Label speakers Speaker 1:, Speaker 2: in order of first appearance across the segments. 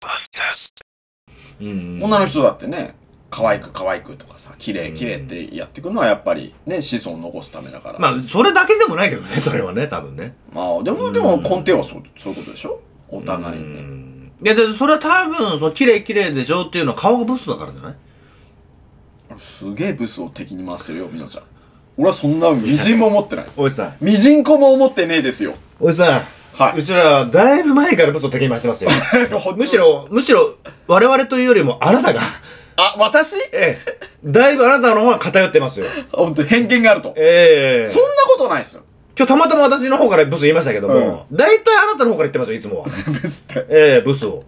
Speaker 1: Podcast.
Speaker 2: うん
Speaker 3: 女の人だってね可愛く可愛くとかさ綺
Speaker 2: う
Speaker 3: 麗
Speaker 2: ん
Speaker 3: 綺麗ってやっていくのはやっぱりね子孫を残すためだから、
Speaker 2: まあ、それだけでもないけどね、 それはね、多分ね。
Speaker 3: まあで
Speaker 2: う
Speaker 3: も
Speaker 2: ん
Speaker 3: でも根底はそうそういうことでしょお互いうね
Speaker 2: んいや、でそれは多分、その綺麗綺麗でしょっていうのは顔がブスだからじゃない
Speaker 3: すげえブスを敵に回してるよみのちゃん俺はそんなみじんも思ってない
Speaker 2: おじさん、
Speaker 3: みじんこも思ってねえですよ
Speaker 2: おじさ
Speaker 3: は
Speaker 2: ん、
Speaker 3: いう
Speaker 2: ちら、だいぶ前からブスを敵に回して ますよ。むしろ、むしろ、我々というよりも、あなたが、
Speaker 3: あ私
Speaker 2: ええ、だいぶあなたの方が偏ってますよ。
Speaker 3: 本当に偏見があると
Speaker 2: ええ。
Speaker 3: そんなことないですよ
Speaker 2: 今日たまたま私の方からブス言いましたけども、大体あなたの方から言ってますよ、いつもは。
Speaker 3: ブスって
Speaker 2: ええ、ブスを。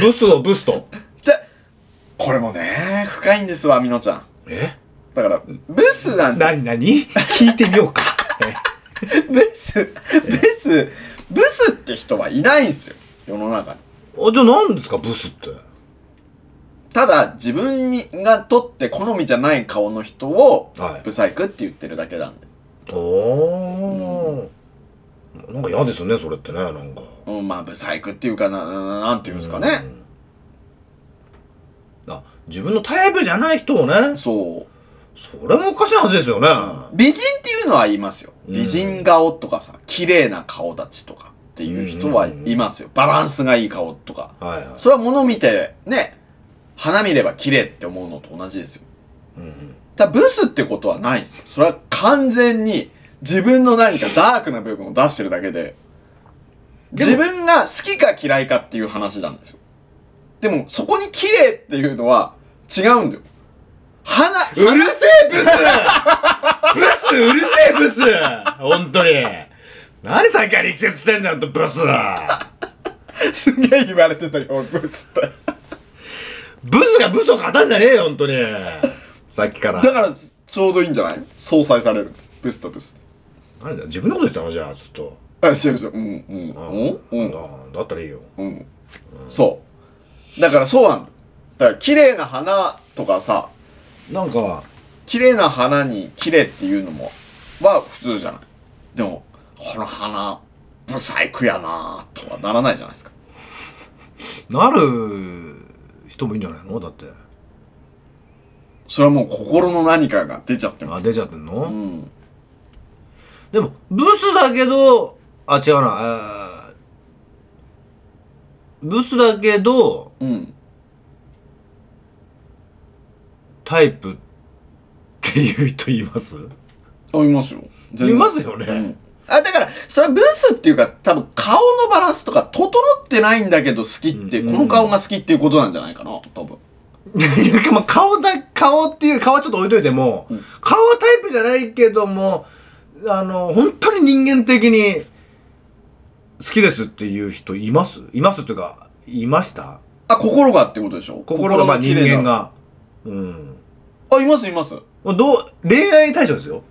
Speaker 2: ブスをブスと。
Speaker 3: でこれもね深いんですわみのちゃん
Speaker 2: え
Speaker 3: だからブスなんて
Speaker 2: なになに聞いてみようか。
Speaker 3: ブス、ブス、ブスって人はいないんですよ、世の中に。
Speaker 2: あ、じゃあ何ですか、ブスって。
Speaker 3: ただ、自分にがとって好みじゃない顔の人を、
Speaker 2: はい
Speaker 3: ブサイクって言ってるだけなんで。
Speaker 2: おー。なんか嫌ですよね、それってね、なんか。
Speaker 3: うん、まあ、ブサイクっていうかな、ななんていうんですかね。
Speaker 2: うん。あ、自分のタイプじゃない人をね、
Speaker 3: そう。
Speaker 2: それもおかしな話ですよね。
Speaker 3: 美人っていうのは言いますよ。
Speaker 2: うん
Speaker 3: 美人顔とかさ、綺麗な顔立ちとかっていう人はいますよ。バランスがいい顔とか。
Speaker 2: はいはい。
Speaker 3: それは物見て、ね、花見れば綺麗って思うのと同じですよ。
Speaker 2: うん
Speaker 3: ただブスってことはないんですよ。それは完全に自分の何かダークな部分を出してるだけで、
Speaker 2: でも
Speaker 3: 自分が好きか嫌いかっていう話なんですよ。でも、そこに綺麗っていうのは違うんだよ。花、
Speaker 2: うるせえ、ブスブス、うるせえ、ブス本当に。何さっきから力説してんだよ、ほんとブス
Speaker 3: すげえ言われてたよ、ブスって。
Speaker 2: ブスがブスを語んじゃねえよ、本当に。さっきから。
Speaker 3: だから、ちょうどいいんじゃない相殺される。ブスとブス。
Speaker 2: 何だ自分のこと言ってたのじゃあ、ずっと。
Speaker 3: あ、違う違う。うん、うん、
Speaker 2: あ
Speaker 3: うん、うん。
Speaker 2: あだったらいいよ。
Speaker 3: うん。そう。だからそうなんだよ。だから、綺麗な花とかさ、
Speaker 2: なんか、
Speaker 3: 綺麗な花に綺麗っていうのもは普通じゃないでもこの花ブサイクやなぁとはならないじゃないですか
Speaker 2: なる人もいいんじゃないのだって。
Speaker 3: それはもう心の何かが出ちゃってま
Speaker 2: あ、
Speaker 3: す
Speaker 2: 出ちゃってんの、
Speaker 3: うん
Speaker 2: でも、ブスだけど、あ、違うな、えーブスだけど、
Speaker 3: うん
Speaker 2: タイプっていう人います
Speaker 3: あいますよ全
Speaker 2: い
Speaker 3: 然
Speaker 2: ますよね。
Speaker 3: うんあだからそれはブスっていうか多分顔のバランスとか整ってないんだけど好きって、
Speaker 2: うん
Speaker 3: この顔が好きっていうことなんじゃないかな多分
Speaker 2: いやまあ顔だ、顔っていう、顔はちょっと置いといても、
Speaker 3: うん
Speaker 2: 顔はタイプじゃないけども、あの、本当に人間的に好きですっていう人いますいますというか、いました
Speaker 3: あ心がってことでしょ
Speaker 2: 心が人
Speaker 3: 綺麗
Speaker 2: 間
Speaker 3: な
Speaker 2: が。うん。
Speaker 3: あいますいます
Speaker 2: もうどう、恋愛対象ですよ。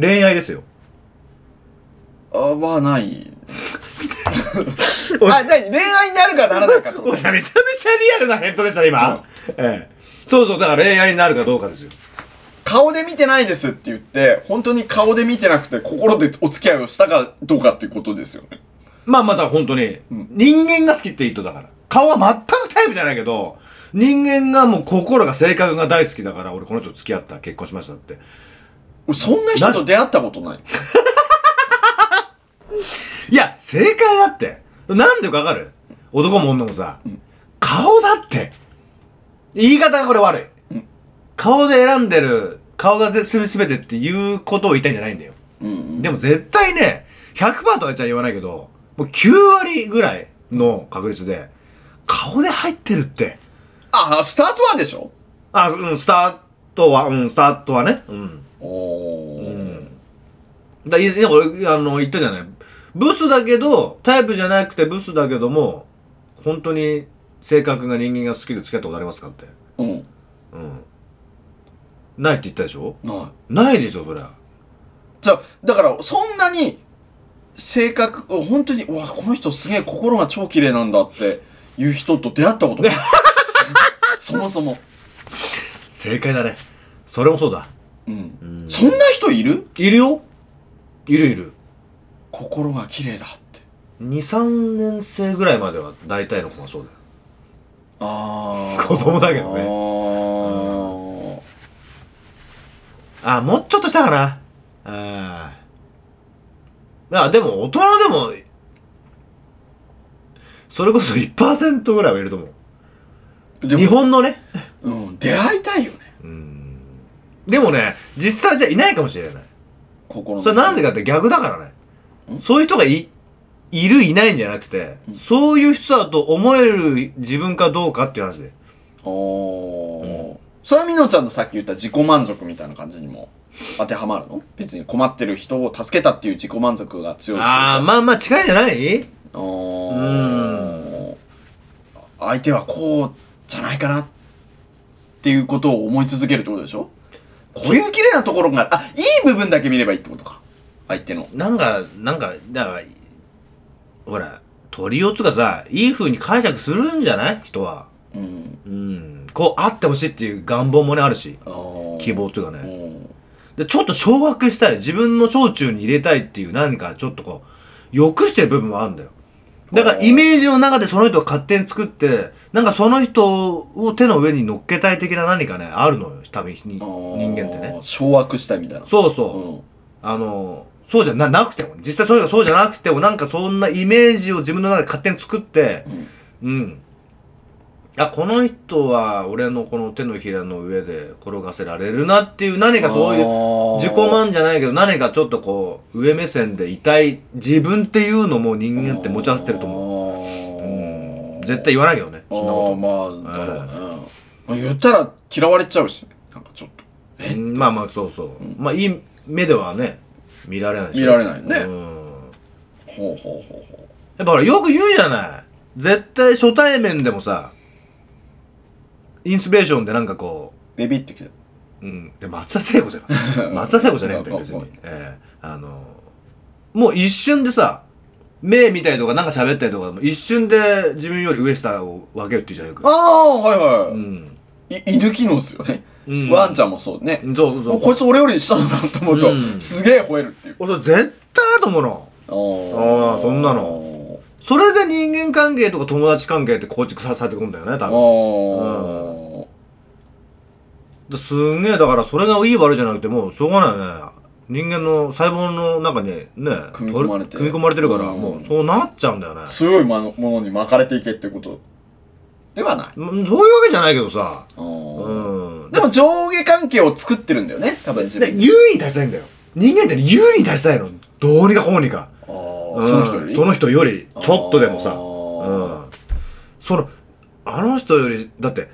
Speaker 2: 恋愛ですよ。
Speaker 3: あは ないあなに恋愛になるかならないかってこと
Speaker 2: めちゃめちゃリアルな返答でしたね、
Speaker 3: 今
Speaker 2: ええ。そうそう、だから恋愛になるかどうかですよ。
Speaker 3: 顔で見てないですって言って、本当に顔で見てなくて心でお付き合いをしたかどうかっていうことですよね。
Speaker 2: まあまだ本当に、
Speaker 3: うん
Speaker 2: 人間が好きっていう人だから。顔は全くタイプじゃないけど、人間がもう心が性格が大好きだから、俺この人と付き合った、結婚しましたって。
Speaker 3: 俺そんな人と出会ったことない。
Speaker 2: いや、正解だって。なんでかわかる男も女もさ、顔だって。言い方がこれ悪い。
Speaker 3: うん
Speaker 2: 顔で選んでる、顔がすべすべてっていうことを言いたいんじゃないんだよ。
Speaker 3: うん
Speaker 2: でも絶対ね、100%とはじゃ言わないけど、もう9割ぐらいの確率で、顔で入ってるって。
Speaker 3: あ、スタートはでしょ
Speaker 2: あ、うん、スタートは、うん、スタートはね。うん。
Speaker 3: おー。
Speaker 2: だいや、俺、あの、言ったじゃない。ブスだけど、タイプじゃなくてブスだけども、本当に性格が人間が好きで付き合ったことありますかって
Speaker 3: うん
Speaker 2: うんないって言ったでしょ
Speaker 3: ない
Speaker 2: ないでしょそりゃ
Speaker 3: じゃあだからそんなに性格を本当にうわこの人すげえ心が超綺麗なんだっていう人と出会ったこと ないそもそも、
Speaker 2: 正解だねそれもそうだ
Speaker 3: うん、
Speaker 2: うん
Speaker 3: そんな人いる
Speaker 2: いるよいるいる
Speaker 3: 心が綺麗だって
Speaker 2: 23年生ぐらいまでは大体の子がそうだよ
Speaker 3: ああ
Speaker 2: 子供だけどね
Speaker 3: ね
Speaker 2: あもうちょっとしたかなあーあでも大人でもそれこそ1%ぐらいはいると思う
Speaker 3: でも
Speaker 2: 日本のね
Speaker 3: うん、出会いたいよね
Speaker 2: うんでもね実際じゃいないかもしれない
Speaker 3: 心の
Speaker 2: それなんでかって逆だからね
Speaker 3: ん
Speaker 2: そういう人がいいるいないんじゃなくて、
Speaker 3: うん
Speaker 2: そういう人だと思える自分かどうかっていう話で
Speaker 3: おー、それはみのちゃんのさっき言った自己満足みたいな感じにも当てはまるの別に困ってる人を助けたっていう自己満足が強い
Speaker 2: ああまあまあ近いんじゃない
Speaker 3: あー相手はこうじゃないかなっていうことを思い続けるってことでしょこういう綺麗なところがあるあいい部分だけ見ればいいってことか相手の
Speaker 2: なんかなんかだからほら鳥をつがさいい風に解釈するんじゃない人は
Speaker 3: うん
Speaker 2: うんこうあってほしいっていう願望もねあるし
Speaker 3: あー
Speaker 2: 希望っていうかね、
Speaker 3: うん
Speaker 2: で、ちょっと掌握したい。自分の小中に入れたいっていう何かちょっとこう、欲してる部分もあるんだよ。だから
Speaker 3: おー
Speaker 2: イメージの中でその人を勝手に作って、なんかその人を手の上に乗っけたい的な何かね、あるのよ。多分に人
Speaker 3: あー
Speaker 2: 間ってね。
Speaker 3: 掌握したいみたいな
Speaker 2: そうそう。
Speaker 3: うん
Speaker 2: あの、そうじゃななくても、実際そういうのそうじゃなくても、なんかそんなイメージを自分の中で勝手に作って、うん。あ、この人は俺のこの手のひらの上で転がせられるなっていう何かそういう
Speaker 3: う
Speaker 2: 自己満じゃないけど何かちょっとこう上目線で痛い自分っていうのも人間って持ち合わせてると思う
Speaker 3: 思
Speaker 2: うん絶対言わないけどねそんな
Speaker 3: ああ
Speaker 2: こ
Speaker 3: まあだろうね、まあ言ったら嫌われちゃうしねなんかちょっと
Speaker 2: とうんまあまあそうそうまあいい目ではね見られないし
Speaker 3: 見られない
Speaker 2: うん
Speaker 3: ねほうほうほうほ
Speaker 2: やっぱほらよく言うじゃない絶対初対面でもさインスピレーションでなんかこう
Speaker 3: うビビっ てきて
Speaker 2: うん、で松田聖子じゃ ない松田聖子じゃないんだよ別に、ええあのもう一瞬でさ目見たりとかなんか喋ったりとかも一瞬で自分より上下を分けるって言うじゃんよ
Speaker 3: あ
Speaker 2: く
Speaker 3: あはいはい、
Speaker 2: うん、
Speaker 3: い犬機能っすよね、
Speaker 2: うん、
Speaker 3: ワンち
Speaker 2: ゃ
Speaker 3: ゃんもそうね、
Speaker 2: んそうそうそ
Speaker 3: こいうつ俺より下だなと思うと、
Speaker 2: うん
Speaker 3: すげえ吠えるっていう
Speaker 2: 俺それ絶対あると思うの
Speaker 3: あー
Speaker 2: あーそんなのそれで人間関係とか友達関係って構築させてくんだよね
Speaker 3: あ
Speaker 2: 多分
Speaker 3: ー
Speaker 2: ですんげえだからそれがいい悪いじゃなくてもうしょうがないよね人間の細胞の中にね
Speaker 3: 組み込まれて
Speaker 2: 組み込まれてるから、
Speaker 3: うん
Speaker 2: もうそうなっちゃうんだ よね
Speaker 3: 強いものものに巻かれていけってことではない
Speaker 2: うんそういうわけじゃないけどさ
Speaker 3: あー
Speaker 2: うん
Speaker 3: でも上下関係を作ってるんだよね多分自
Speaker 2: で、
Speaker 3: 分
Speaker 2: 優位に立ちたいんだよ。人間ってね優位に立ちたいの。どうにかこうにか。
Speaker 3: あー
Speaker 2: うん
Speaker 3: その人より
Speaker 2: その人より、ちょっとでも
Speaker 3: あ
Speaker 2: さ。う
Speaker 3: ー
Speaker 2: ん。その、あの人より、だって、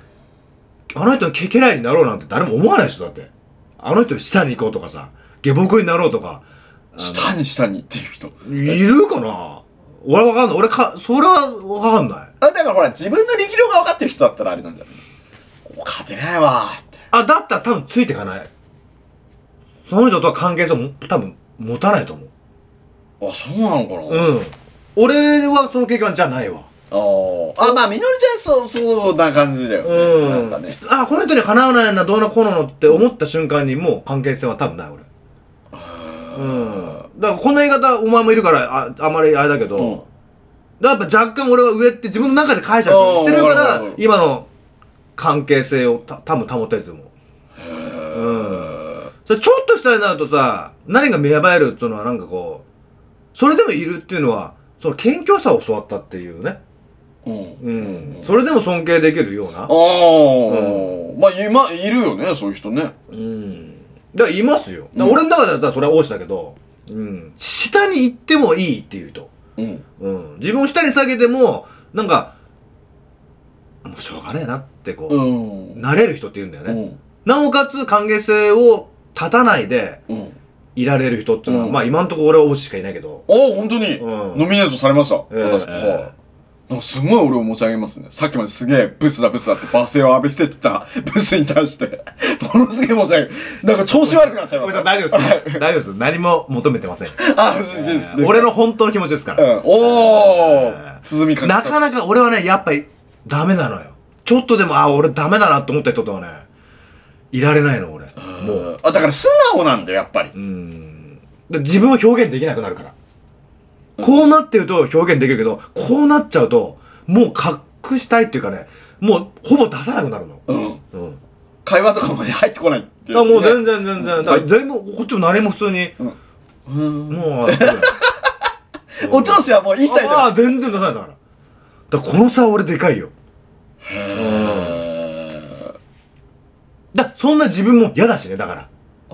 Speaker 2: あの人のけ家来になろうなんて誰も思わないでしょ、だって。あの人より下に行こうとかさ、下僕になろうとか。
Speaker 3: 下に下にっていう人
Speaker 2: いるかな俺わかんない。俺か、それはわかんない。
Speaker 3: あだからほら自分の力量が分かってる人だったらあれなんじゃない勝てないわーって
Speaker 2: あ、だったら多分ついていかない。その人とは関係性も多分持たないと思う。
Speaker 3: あそうなのかな、あ
Speaker 2: うん。俺はその経験じゃないわ。
Speaker 3: ーあまあみのりちゃんそうそうな感じだよね、
Speaker 2: うん。
Speaker 3: なんかね
Speaker 2: あ、この人にかなわないな、どうのこうのって思った瞬間にもう関係性は多分ない、俺。うん。だからこんな言い方、お前もいるから、ああまりあれだけど、
Speaker 3: うん
Speaker 2: だからやっぱ若干俺は上って自分の中で解釈してるか
Speaker 3: あーわかるわ
Speaker 2: ら
Speaker 3: かる、
Speaker 2: 今の関係性をた多分保てると思う。
Speaker 3: うん
Speaker 2: それちょっとしたになるとさ、何が芽生えるっていうのはなんかこう、それでもいるっていうのは、その謙虚さを教わったっていうね。
Speaker 3: うん
Speaker 2: う。
Speaker 3: うんん
Speaker 2: それでも尊敬できるような
Speaker 3: あ。ーまあ今いるよねそういう人ね
Speaker 2: うん。だからいますよ。だから
Speaker 3: うん
Speaker 2: 俺の中ではだからそれは王子だけど、うん。下に行ってもいいっていう人。
Speaker 3: うん
Speaker 2: うん。自分を下に下げても、なんか、もうしょうがねえなってこ
Speaker 3: う
Speaker 2: う、
Speaker 3: ん
Speaker 2: なれる人って言うんだよ
Speaker 3: う
Speaker 2: ね。
Speaker 3: ん
Speaker 2: なおかつ関係性を立たないで
Speaker 3: うん
Speaker 2: いられる人っていうのは、
Speaker 3: うん
Speaker 2: まあ今んところ俺は王子しかいないけど。
Speaker 3: ああ本当に
Speaker 2: うん
Speaker 3: ノミネートされました
Speaker 2: ええ
Speaker 3: 私はいなんかすごい俺を持ち上げますね。さっきまですげえブスだブスだって罵声を浴びせてた ブスに対して、ものすげえ持ち上げる。なんか調子悪くなっちゃい
Speaker 2: ご
Speaker 3: ま
Speaker 2: めんな
Speaker 3: す。
Speaker 2: さい、大丈夫です。大丈夫です。何も求めてません。
Speaker 3: あ、ですですです。
Speaker 2: 俺の本当の気持ちですか
Speaker 3: う
Speaker 2: ら。
Speaker 3: ん。おー鼓みか
Speaker 2: なかなか俺はね、やっぱりダメなのよ。ちょっとでも、あ、俺ダメだなと思った人とはね、いられないの、俺。もう。
Speaker 3: あ、だから素直なんだよ、やっぱり
Speaker 2: う。ん。で自分を表現できなくなるから。こうなってると表現できるけど、こうなっちゃうと、もう隠したいっていうかね、もうほぼ出さなくなるの。
Speaker 3: うん。
Speaker 2: うん。
Speaker 3: 会話とかまで入ってこないってい。
Speaker 2: あもう全然全然、
Speaker 3: うん
Speaker 2: だから全部こっちも何も普通に、
Speaker 3: うん。
Speaker 2: もう うん
Speaker 3: お調子はもう一切
Speaker 2: あ
Speaker 3: だ。
Speaker 2: あ全然出さないんだからだからこの差は俺でかいよ
Speaker 3: へー
Speaker 2: だそんな自分も嫌だしねだから
Speaker 3: あー。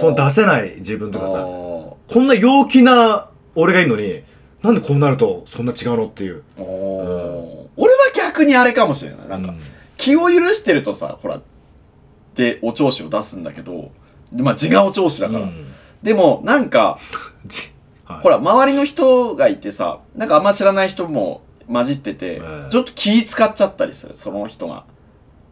Speaker 2: その出せない自分とか
Speaker 3: あ
Speaker 2: さ
Speaker 3: ー
Speaker 2: こんな陽気な俺がいるのになんでこうなるとそんな違うのっていう
Speaker 3: おー俺は逆にあれかもしれない。なんか、気を許してるとさ、ほら、で、お調子を出すんだけど、でまあ、自我お調子だ
Speaker 2: だ
Speaker 3: から。
Speaker 2: うん
Speaker 3: でも、なんか、
Speaker 2: じはい、
Speaker 3: ほら、周りの人がいてさ、なんかあんま知らない人も混じってて、
Speaker 2: うん
Speaker 3: ちょっと気使っちゃったりする、その人が。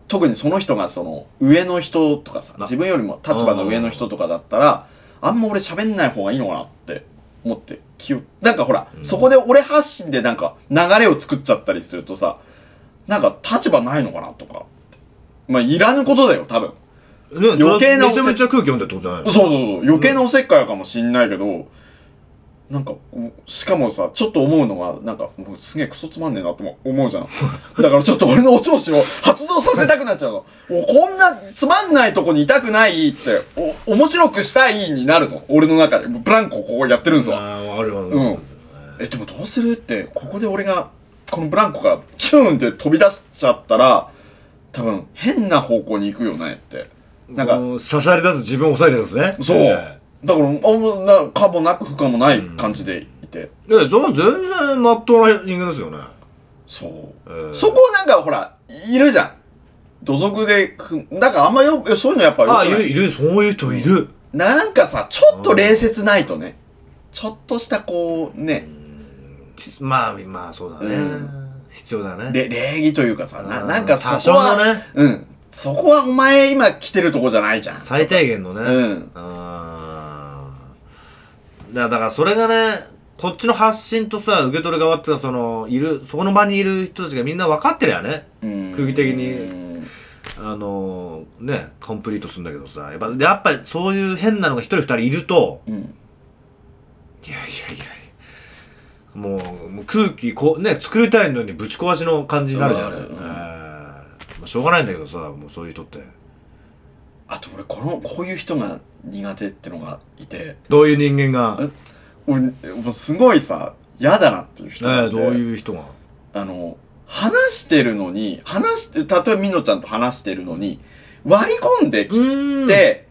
Speaker 3: 特にその人がその上の人とかさ、
Speaker 2: あ
Speaker 3: 自分よりも立場の上の人とかだったら、あんま俺喋んない方がいいのかなって思って、気を、なんかほら、
Speaker 2: うん
Speaker 3: そこで俺発信でなんか流れを作っちゃったりするとさ、なんか立場ないのかなとか。まあ、いらぬことだよ、多分。
Speaker 2: ね
Speaker 3: 余計な
Speaker 2: それめちゃめちゃ空気読んでるってことじゃない
Speaker 3: そう
Speaker 2: の
Speaker 3: そうそう。余計なおせっかいかもしんないけど、なんか、おしかもさ、ちょっと思うのが、なんか、もうすげえクソつまんねえなとも思うじゃん。だからちょっと俺のお調子を発動させたくなっちゃうの。おこんなつまんないとこにいたくないって、お、面白くしたいになるの。俺の中で。ブランコここやってるんですわ。
Speaker 2: あああるわ
Speaker 3: うんえ、でもどうするって、ここで俺が、このブランコからチューンって飛び出しちゃったら、多分変な方向に行くよねって。なんか
Speaker 2: そのしゃしゃり出す自分を抑えてるんですね
Speaker 3: そう。
Speaker 2: え
Speaker 3: だから、あもうな可もなく不可もない感じでいて。
Speaker 2: えいやそれは全然まっとうな人間ですよね、
Speaker 3: そう。
Speaker 2: ええ
Speaker 3: そこなんかほら、いるじゃん。土足でふん、なんかあんまよ、そういうのやっぱよく
Speaker 2: あ
Speaker 3: な
Speaker 2: あい
Speaker 3: い
Speaker 2: るいるそういう人いる
Speaker 3: なんかさ、ちょっと礼節ないとね。ちょっとしたこう、ね、
Speaker 2: まあまあそうだね、
Speaker 3: うん
Speaker 2: 必要だね
Speaker 3: れ礼儀というかさ、な
Speaker 2: うん
Speaker 3: なんかそ
Speaker 2: 多
Speaker 3: こ
Speaker 2: 少
Speaker 3: は、
Speaker 2: のね
Speaker 3: うん。そこはお前今来てるとこじゃないじゃん。
Speaker 2: 最低限のね、
Speaker 3: うん。
Speaker 2: あーだだからそれがねこっちの発信とさ受け取る側っていうのはそのいるそこの場にいる人たちがみんな分かってりゃね
Speaker 3: うん
Speaker 2: 空気的に
Speaker 3: うん
Speaker 2: あのーねコンプリートするんだけどさやっぱでやっぱりそういう変なのが一人二人いると
Speaker 3: うん。
Speaker 2: いやいやいやもうもう空気こうね作りたいのにぶち壊しの感じになるじゃない、
Speaker 3: うん
Speaker 2: えーまあしょうがないんだけどさもうそういう人って
Speaker 3: あと俺、この、こういう人が苦手ってのがいて、
Speaker 2: どういう人間が
Speaker 3: え俺、もうすごいさ、嫌だなっていう人
Speaker 2: ね
Speaker 3: が
Speaker 2: え
Speaker 3: いて。
Speaker 2: どういう人が
Speaker 3: あの、話してるのに、話して、例えばみのちゃんと話してるのに、割り込んでき
Speaker 2: ん
Speaker 3: て、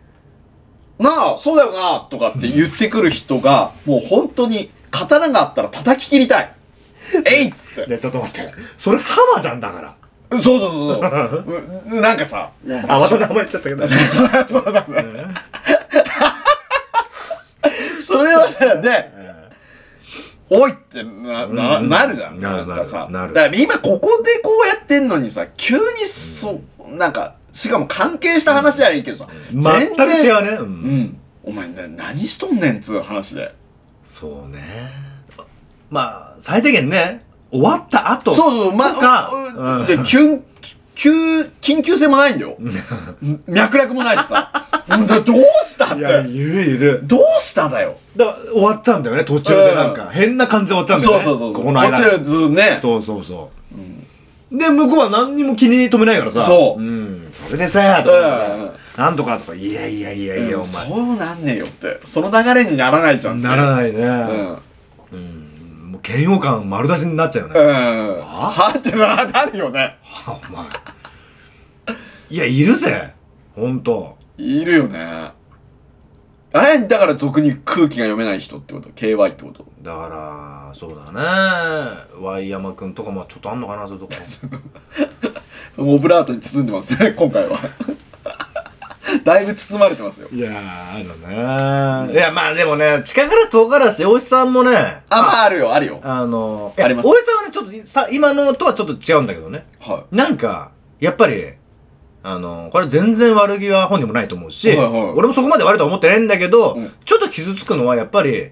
Speaker 3: なあ、そうだよな、とかって言ってくる人が、もう本当に、刀があったら叩き切りたい。えいっつって。
Speaker 2: でちょっと待ってそれ浜じゃんだ から
Speaker 3: そうそうそう そう。うなんかさ、
Speaker 2: あ、また名前言っちゃったけど。
Speaker 3: そう だね。それはね、で、おいってな、な、
Speaker 2: うん
Speaker 3: なるじゃん。
Speaker 2: な
Speaker 3: な
Speaker 2: る
Speaker 3: んかさ。
Speaker 2: なるなる
Speaker 3: だから今ここでこうやってんのにさ、急にそう、なんか、しかも関係した話じゃないいけどさ、
Speaker 2: 全く違うね。う
Speaker 3: うんん。お前な、何しとんねんっつう話で。
Speaker 2: そうね。まあ、最低限ね、終わった後。
Speaker 3: そうそう、ま
Speaker 2: とか
Speaker 3: う
Speaker 2: うんん
Speaker 3: で、急、急、緊急性もないんだよ。脈絡もないし さ。うんだどうしたっ
Speaker 2: いや、
Speaker 3: て。
Speaker 2: いるいる。
Speaker 3: どうしただよ。
Speaker 2: だから終わっちゃうんだよね、途中でなんか。変な感じで終わっちゃ
Speaker 3: そ
Speaker 2: う
Speaker 3: う
Speaker 2: んだよね。
Speaker 3: そうそう。
Speaker 2: ここの間
Speaker 3: こっちはずね。
Speaker 2: そうそうそう。で、向こうは何にも気に留めないからさ。
Speaker 3: そう
Speaker 2: うん。それでさ、と
Speaker 3: うん
Speaker 2: かさ。なんとかとか、いやいやいやいや、
Speaker 3: うん
Speaker 2: お前。
Speaker 3: そうなんねえよって。その流れにならないじゃんって。
Speaker 2: ならない
Speaker 3: うん
Speaker 2: ね。。うん。もう嫌悪感丸出しになっちゃうよね。
Speaker 3: うん。
Speaker 2: あ
Speaker 3: はってな、なるよね。
Speaker 2: あお前いやいるぜほんと
Speaker 3: いるよね。あれだから俗に空気が読めない人ってこと ?KY ってこと
Speaker 2: だからそうだね Y 山くんとかもちょっとあんのかなそういうとこ
Speaker 3: オブラートに包んでますね、今回は。だ いぶ包まれてますよ
Speaker 2: いやー、あるねいや、まあでもね、近からし遠からし、大石さんもね、
Speaker 3: あまああるよあるよ
Speaker 2: あの、いや
Speaker 3: あります
Speaker 2: 大江さんはね、ちょっとさ、今のとはちょっと違うんだけどね。
Speaker 3: は
Speaker 2: なんか、やっぱり、あの、これ全然悪気は本人もないと思うし、
Speaker 3: はいはい
Speaker 2: 俺もそこまで悪いとは思ってないんだけど、
Speaker 3: うん
Speaker 2: ちょっと傷つくのはやっぱり、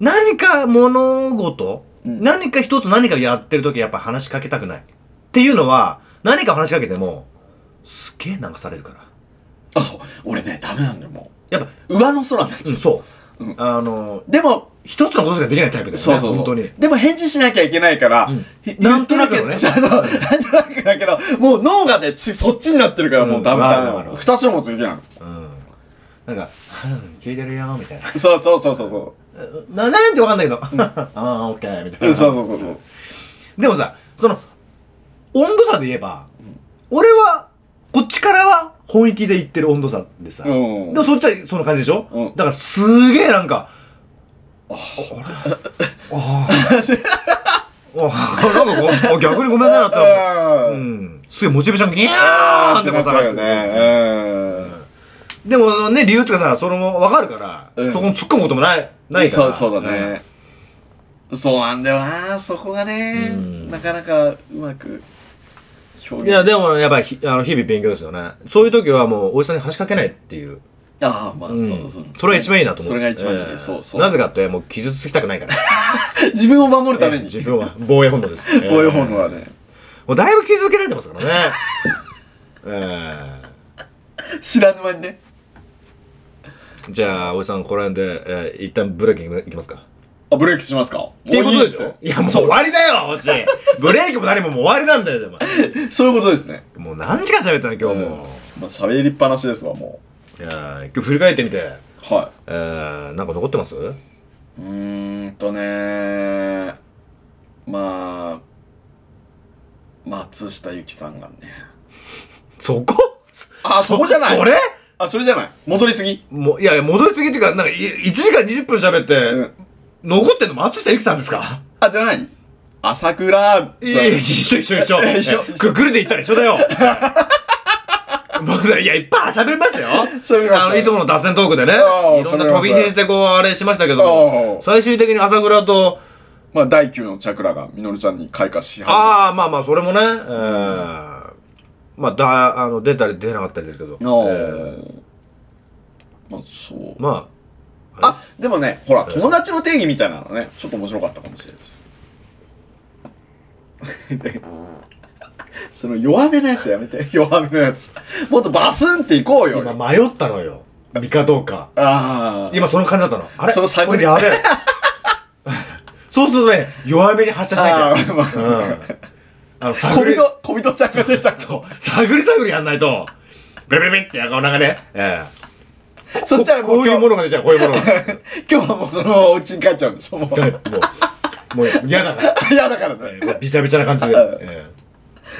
Speaker 2: 何か物事、
Speaker 3: うん
Speaker 2: 何か一つ何かやってる時やっぱ話しかけたくない。っていうのは、何か話しかけても、すげえ流されるから。
Speaker 3: いあそう俺ねダメなんだよも
Speaker 2: やっぱ、
Speaker 3: う上の空になっちゃ
Speaker 2: うん、そう。
Speaker 3: うん
Speaker 2: あの、
Speaker 3: うでも
Speaker 2: 一つのことしかできないタイプだよね。
Speaker 3: そうそうそう
Speaker 2: 本当に。
Speaker 3: でも返事しなきゃいけないから、
Speaker 2: うん
Speaker 3: へ
Speaker 2: なんとなくのね
Speaker 3: 言ってるけどそうなんとなくだけど、もう脳がね、ちそっちになってるからもうダメ
Speaker 2: うんわ
Speaker 3: だ
Speaker 2: かる
Speaker 3: よ
Speaker 2: わ。か
Speaker 3: 二つもできない。
Speaker 2: うん。なんか、聞いてるよ、みたいな。
Speaker 3: そうそうそうそうそ
Speaker 2: な、なんてわかんないけど、 ああ、オッケー、みた
Speaker 3: う。
Speaker 2: い
Speaker 3: うん
Speaker 2: な。
Speaker 3: そうそうそうそう。
Speaker 2: でもさ、その、温度差で言えば、俺は、こっちからは本意気で言ってる温度差でさ、
Speaker 3: うん
Speaker 2: でもそっちはそんな感じでしょ、
Speaker 3: うん
Speaker 2: だからすげえなんか、ああれ ああ。ああ、なんかこう逆にごめんななったら、う
Speaker 3: あ
Speaker 2: ん、すげえモチベーションギャーン
Speaker 3: あー
Speaker 2: っ
Speaker 3: ってて
Speaker 2: こ
Speaker 3: な
Speaker 2: う
Speaker 3: っちゃうよ
Speaker 2: さ、
Speaker 3: ね。
Speaker 2: でもね、理由っていうかさ、それもわかるから、
Speaker 3: うん
Speaker 2: そこに突っ込むこともない、
Speaker 3: うん。
Speaker 2: ないから。
Speaker 3: そうそうだ
Speaker 2: ん
Speaker 3: ね。そうなんだよな、そこがね
Speaker 2: う、ん
Speaker 3: なかなかうまく表現。
Speaker 2: いや、でも、やっぱり、あの、日々勉強ですよね。そういう時はもう、おじさんに話しかけないっていう。
Speaker 3: ああ、まあ、
Speaker 2: ん
Speaker 3: そうそう。
Speaker 2: それが一番いいなと思う。
Speaker 3: それが一番いい
Speaker 2: ええ
Speaker 3: ね。そうそう。
Speaker 2: なぜかって、もう傷つきたくないから。
Speaker 3: 自分を守るため
Speaker 2: ええ
Speaker 3: に。
Speaker 2: 自分 は、防衛本能です。
Speaker 3: こういう本能は
Speaker 2: え
Speaker 3: ね。
Speaker 2: え。もう、だいぶ傷つけられてますからね。え
Speaker 3: 知らぬ間にね。
Speaker 2: え。じゃあ、おじさん、この辺で、ええ、一旦ブレーキいきますか。
Speaker 3: あ、ブレーキしますか
Speaker 2: っていうことでし
Speaker 3: も
Speaker 2: ょいや、もう終わりだよ、おじブレーキも何ももう終わりなんだよ、でも。
Speaker 3: いいですよそういうことですね。
Speaker 2: もう何時間喋ったの、今日も。
Speaker 3: まあ、喋りっぱなしですわ、も
Speaker 2: いやー、今日振り返ってみて、え
Speaker 3: う。は
Speaker 2: え、なんか残ってます
Speaker 3: い。うーんとねー。まあ、松下由紀さんがね。
Speaker 2: そこ
Speaker 3: あ、そこじゃない
Speaker 2: それ
Speaker 3: あ、それじゃない。戻りすぎ。
Speaker 2: もういやいや、戻りすぎっていうか、なんか、い1時間20分喋って、
Speaker 3: うん。
Speaker 2: 残ってんの松下由紀さんですか
Speaker 3: あ、じゃない。朝倉。
Speaker 2: いやいや、一緒 一緒一緒。
Speaker 3: 一緒
Speaker 2: くぐるで言ったら一緒だよ。 僕いや、いっぱい喋りましたよ。
Speaker 3: 喋りました
Speaker 2: あの、いつもの脱線トークでね。
Speaker 3: ああ
Speaker 2: いろんな飛び火して、こう、あれしましたけど
Speaker 3: ああ
Speaker 2: も、最終的に朝倉と、
Speaker 3: まあ、第9のチャクラがみのるちゃんに開花しは
Speaker 2: ああ、まあまあ、それもね、えーまあ、だ、あの、出たり出なかったりですけど、え
Speaker 3: る。お
Speaker 2: ー
Speaker 3: ーまあ、そう。
Speaker 2: ま
Speaker 3: あ、でもね、ほら、友達の定義みたいなのね、ちょっと面白かったかもしれない です。その弱めのやつやめて、弱めのやつ。もっとバスンっていこう
Speaker 2: あ、
Speaker 3: よ。
Speaker 2: 今迷ったのよ。美かどうか。
Speaker 3: ああ。
Speaker 2: 今その感じだったの。あれ
Speaker 3: その探
Speaker 2: こ
Speaker 3: り
Speaker 2: れ やべえ。そうするとね、弱めに発射しな
Speaker 3: あ
Speaker 2: き
Speaker 3: ー、ま
Speaker 2: ゃ。う
Speaker 3: あ、
Speaker 2: ん。あの、
Speaker 3: 小
Speaker 2: 探り、
Speaker 3: 人、小人ちゃんが出ちゃうと。
Speaker 2: 探り探りやんないと、ベベベってや顔なんかね。ええ。
Speaker 3: そしたらも
Speaker 2: こうい
Speaker 3: う今
Speaker 2: う
Speaker 3: 日
Speaker 2: ものが出ちゃう、こういうものが。
Speaker 3: 今日はもうそのままお家に帰っちゃうんでしょ、もう。
Speaker 2: もう、もう嫌だから。
Speaker 3: 嫌だから
Speaker 2: え
Speaker 3: ね
Speaker 2: え。もうびちゃびちゃな感じ で。ええ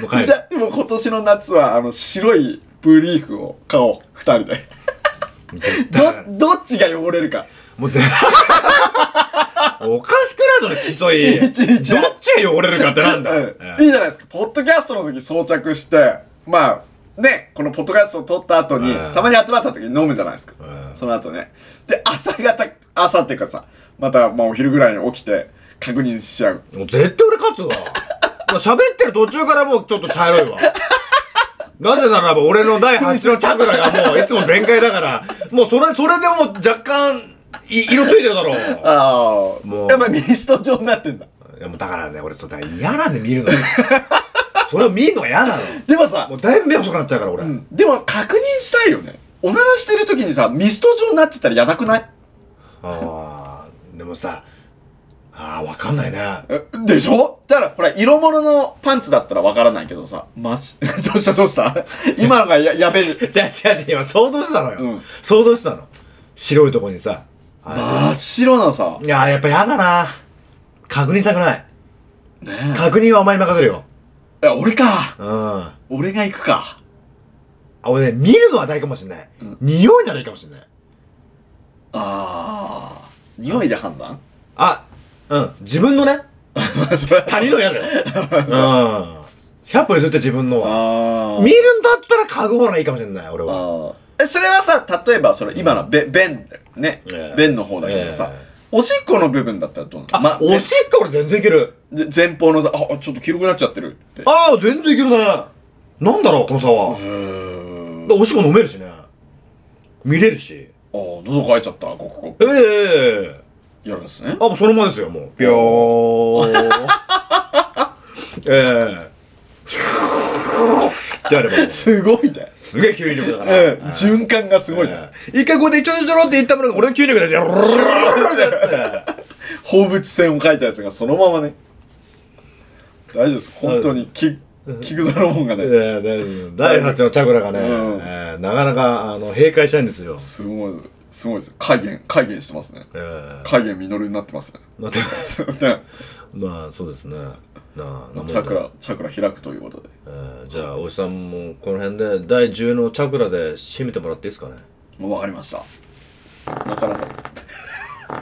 Speaker 2: もう帰
Speaker 3: じ
Speaker 2: る。
Speaker 3: ゃあ、でも今年の夏は、あの、白いブリーフを買おう、二人で。
Speaker 2: だから
Speaker 3: ど、どっちが汚れるか。
Speaker 2: もう全 おかしくないその競 い。どっ
Speaker 3: 一日
Speaker 2: ちが汚れるかってなんだ。え
Speaker 3: うんいい
Speaker 2: え
Speaker 3: じゃないですか。ポッドキャストの時装着して、まあ、ね、このポッドキャストを撮った後に
Speaker 2: う、ん
Speaker 3: たまに集まった時に飲むじゃないですか
Speaker 2: う。ん
Speaker 3: その後ね。で、朝方、朝っていうかさ、また、まあお昼ぐらいに起きて、確認しちゃう。
Speaker 2: もう絶対俺勝つわ。 もう喋ってる途中からもうちょっと茶色いわ。なぜならば俺の第8のチャクラがもういつも全開だから、もうそれ、それでもう若干い、色ついてるだろう。
Speaker 3: ああ、
Speaker 2: もう
Speaker 3: やっぱミスト状になってんだ。
Speaker 2: いやもうだからね、俺それ嫌なんで見るの よ。それを見るのが嫌なの。
Speaker 3: でもさ
Speaker 2: も、うだいぶ目細くなっちゃうから俺。
Speaker 3: うんでも確認したいよね。おならしてる時にさ、ミスト状になってたらやばくない
Speaker 2: ああ、でもさ、ああ、わかんないね。
Speaker 3: えでしょだから、ほら、色物のパンツだったらわからないけどさ、マジ、 どうしたどうした 今のが ややべえ。
Speaker 2: じゃあ、じゃあ、今想像してたのよ。
Speaker 3: うん
Speaker 2: 想像してたの。白いとこにさ。
Speaker 3: 真っ白なさ。
Speaker 2: いやー、やっぱ嫌だな。確認したくない。
Speaker 3: ね
Speaker 2: 確認はお前に任せるよ。
Speaker 3: え。俺か。
Speaker 2: うん。あ、
Speaker 3: 俺が行くか。
Speaker 2: 俺ね、見るのは大かもしんない。匂いならいいかもしんない。
Speaker 3: ああ。匂いで判断
Speaker 2: あ、うん。自分のね、
Speaker 3: それ
Speaker 2: 他人の嫌 だよ。うん。100歩譲って自分のは。
Speaker 3: ああ。
Speaker 2: 見るんだったら嗅ぐ方がいいかもしんない、俺は。
Speaker 3: あえそれはさ、例えば、それ、今の、べ、便、ね
Speaker 2: ええ、
Speaker 3: 便の方だけどさ
Speaker 2: え、
Speaker 3: おしっこの部分だったらどうな
Speaker 2: あ、
Speaker 3: のま
Speaker 2: おしっこ俺全然いける。
Speaker 3: で前方のさ、あ、ちょっと黄色くなっちゃってるって。
Speaker 2: ああ、全然いけるね。なんだろう、この差は。
Speaker 3: うーん。
Speaker 2: でおしっこ飲めるしね。見れるし。
Speaker 3: あー、喉乾いちゃった、ここ、ここ。
Speaker 2: ええええ
Speaker 3: やるんですね
Speaker 2: あ、。もうそのままですよ、もう。ぴょー。 ええってやればもう、
Speaker 3: すごいね。
Speaker 2: すげえ吸引力だか
Speaker 3: うん
Speaker 2: ら。ええ、
Speaker 3: 循環がすごいね。
Speaker 2: 一回こうやってちょろちょろって言ったものが俺の吸引力でやろうって
Speaker 3: 放物線を描いたやつがそのままね。大丈夫です。本当に、き、菊座の門がね、
Speaker 2: ええで第8のチャクラがね、
Speaker 3: うん
Speaker 2: ええなかなかあの閉会したいんですよ。
Speaker 3: すごい、すごいです。改元、改元してますね。
Speaker 2: ええ
Speaker 3: 改元実るになってますね。
Speaker 2: まあ
Speaker 3: ね
Speaker 2: まあそうですね。なあ
Speaker 3: チャクラ、チャクラ開くということで。
Speaker 2: えーじゃあおじさんもこの辺で第10のチャクラで締めてもらっていいですかね
Speaker 3: もうわかりました。なかなか。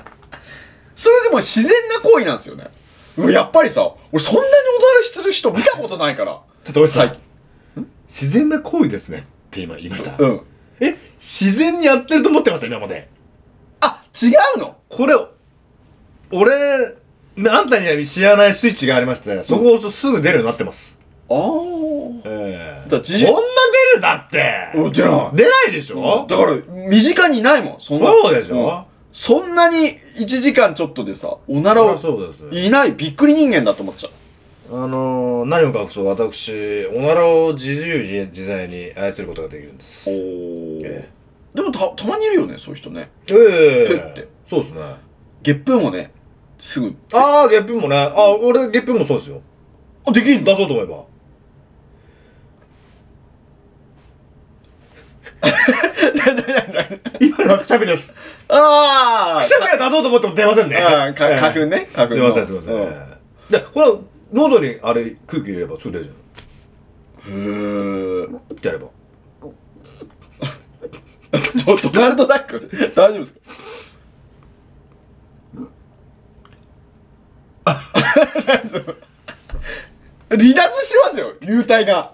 Speaker 3: それでも自然な行為なんですよね。でもやっぱりさ、俺そんなに踊るしてる人見たことないから。
Speaker 2: ちょっとお
Speaker 3: さん
Speaker 2: 自然な行為ですねって今言いました
Speaker 3: うん。
Speaker 2: え自然にやってると思ってました今まで
Speaker 3: あ、違うの
Speaker 2: これ俺あんたには知らないスイッチがありましてそこを押すとすぐ出るようになってます、
Speaker 3: あ
Speaker 2: ええ
Speaker 3: だ
Speaker 2: こ
Speaker 3: から
Speaker 2: ん
Speaker 3: じ
Speaker 2: な出るだって
Speaker 3: うん出ない
Speaker 2: 出ないでし
Speaker 3: あ。
Speaker 2: ょ、
Speaker 3: だから、身近にいないもん、そんな。
Speaker 2: そうでしょ、
Speaker 3: うんそんなに1時間ちょっとでさ、おなら
Speaker 2: そりゃ
Speaker 3: を、
Speaker 2: そうです
Speaker 3: いない、びっくり人間だと思っちゃう。
Speaker 2: あのー、何を隠そう私おならを自由自自在に操ることができるんですえ
Speaker 3: お
Speaker 2: え
Speaker 3: でもた、たまにいるよね、そういう人ね。
Speaker 2: え
Speaker 3: プッて
Speaker 2: そうですね
Speaker 3: ゲップもね、すぐ、
Speaker 2: ああ、ゲップもね。ああ、俺、ゲップもそうですよ。
Speaker 3: あ、できんだ。
Speaker 2: 出そうと思え ば。今のはくしゃみです。
Speaker 3: あ
Speaker 2: くしゃみは出そうと思っても出ませんね。
Speaker 3: あーか
Speaker 2: ええ
Speaker 3: 花粉ね花粉
Speaker 2: すい
Speaker 3: の
Speaker 2: ません、すいません。
Speaker 3: うん
Speaker 2: ええで、この、喉にあれ、空気入れればすぐ出るじゃ
Speaker 3: あ。へえ。
Speaker 2: ん。ってやれば。
Speaker 3: ちょっと、ドナルドダック、大丈夫ですかあ離脱しますよ、流体が。